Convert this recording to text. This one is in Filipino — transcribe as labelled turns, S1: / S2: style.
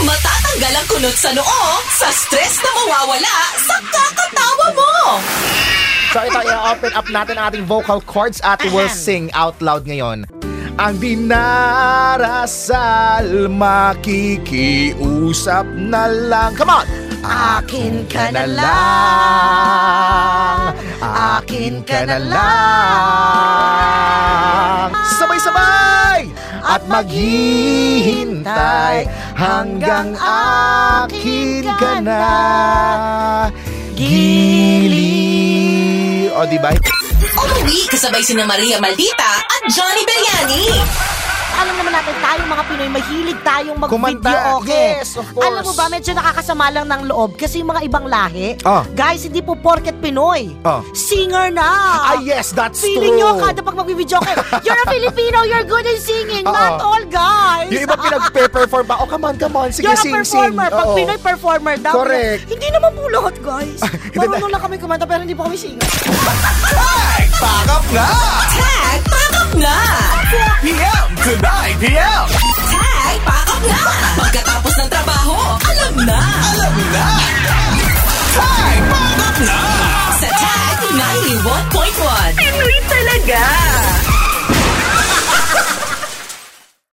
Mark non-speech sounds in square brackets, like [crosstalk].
S1: Tanggal ang kunot sa noo sa stress na mawawala sa kakatawa mo.
S2: So ito, i-open up natin ang ating vocal cords at we'll sing
S3: Ahem.
S2: out loud ngayon. Ang dinarasal, makikiusap na lang. Come on!
S3: Akin ka na
S2: lang,
S3: akin ka na lang.
S2: Sabay-sabay! At maghihintay hanggang akin ka na. Gili. O, di ba?
S1: Umuwi kasabay sina Maria Maldita at Johnny Beriani.
S3: Alam naman natin, tayong mga Pinoy, mahilig tayong
S2: Kumanta.
S3: mag-video okay.
S2: Yes, of course.
S3: Alam mo ba, medyo nakakasama lang ng loob kasi yung mga ibang lahi,
S2: Ah.
S3: guys, hindi po porket Pinoy.
S2: Ah.
S3: Singer na.
S2: Ah, yes, that's
S3: Feeling
S2: true.
S3: nyo kada pag
S2: [laughs]
S3: mag-video okay, you're a Filipino, you're good in singing.
S2: Oo.
S3: Not all guys.
S2: Ah,
S3: [laughs]
S2: Yung iba pinag-perform pa. Oh, come on, come on. Sige,
S3: You're a
S2: sing,
S3: performer.
S2: sing.
S3: Pag
S2: Oo.
S3: Pinoy performer daw.
S2: Correct.
S3: Hindi naman po lahat, guys.
S2: [laughs] Hindi na-
S3: Marunong lang kami kumanta pero hindi po kami singer.
S2: Pack up na!
S1: Tag, pack up na!
S2: 4 p.m. to 9 p.m.
S1: Tag, pack up na! Pagkatapos ng trabaho, alam na! Alam na! Tag, pack up na! Sa Tag 91.1.